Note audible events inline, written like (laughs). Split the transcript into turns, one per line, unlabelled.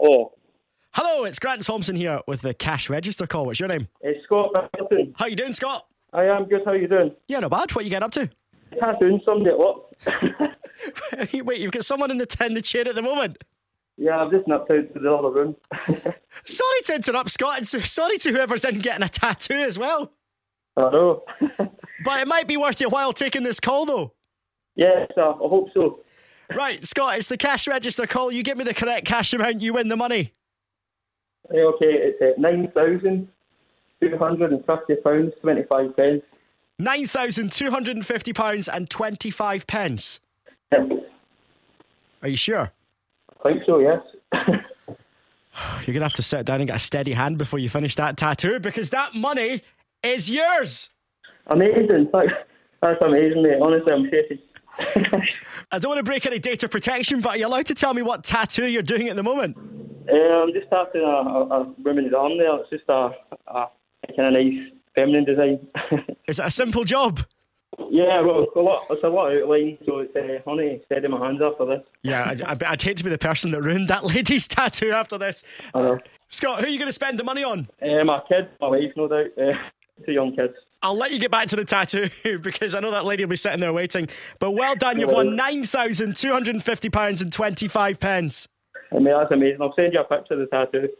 Oh,
Hello, it's Grant Thompson here with the cash register call. What's your name?
it's Scott Hamilton.
How you doing, Scott?
I am good. How you doing?
Yeah, not bad. What you getting up to?
Tattooing somebody at work.
(laughs) Wait, you've got someone in the in the chair at the moment.
(laughs) yeah, I've just nipped out to the other (laughs) room.
Sorry to interrupt, Scott, and so- sorry to whoever's in getting a tattoo as well.
I know.
But it might be worth your while taking this call, though.
(laughs) yes, I, I hope so.
Right, Scott, it's the cash register call. You give me the correct cash amount, you win the money.
Hey, okay, it's uh, nine thousand two hundred and fifty pounds twenty five pence.
Nine thousand two hundred and fifty pounds and twenty five pence.
Yep.
Are you sure?
I think so. Yes. (laughs)
You're gonna have to sit down and get a steady hand before you finish that tattoo because that money is yours.
amazing. Thanks. That's amazing, mate. Honestly, I'm (laughs) shaking.
I don't want to break any data protection, but are you allowed to tell me what tattoo you're doing at the moment?
Uh, I'm just starting a, a, a woman's arm there. It's just a, a kind of nice feminine design. (laughs)
Is it a simple job?
Yeah, well, it's a lot. It's a lot outline, so it's uh, honey. Steady my hands after this.
Yeah, I'd, I'd- I'd hate to be the person that ruined that (laughs) lady's tattoo after this.
I know.
Scott, who are you going to spend the money on?
Uh, my kid, my wife, no doubt. Uh, (laughs) two young kids.
I'll let you get back to the tattoo (laughs) because I know that lady will be sitting there waiting. But well done, you've won £9,250.25.
I mean, that's amazing. I'll send you a picture of the tattoo.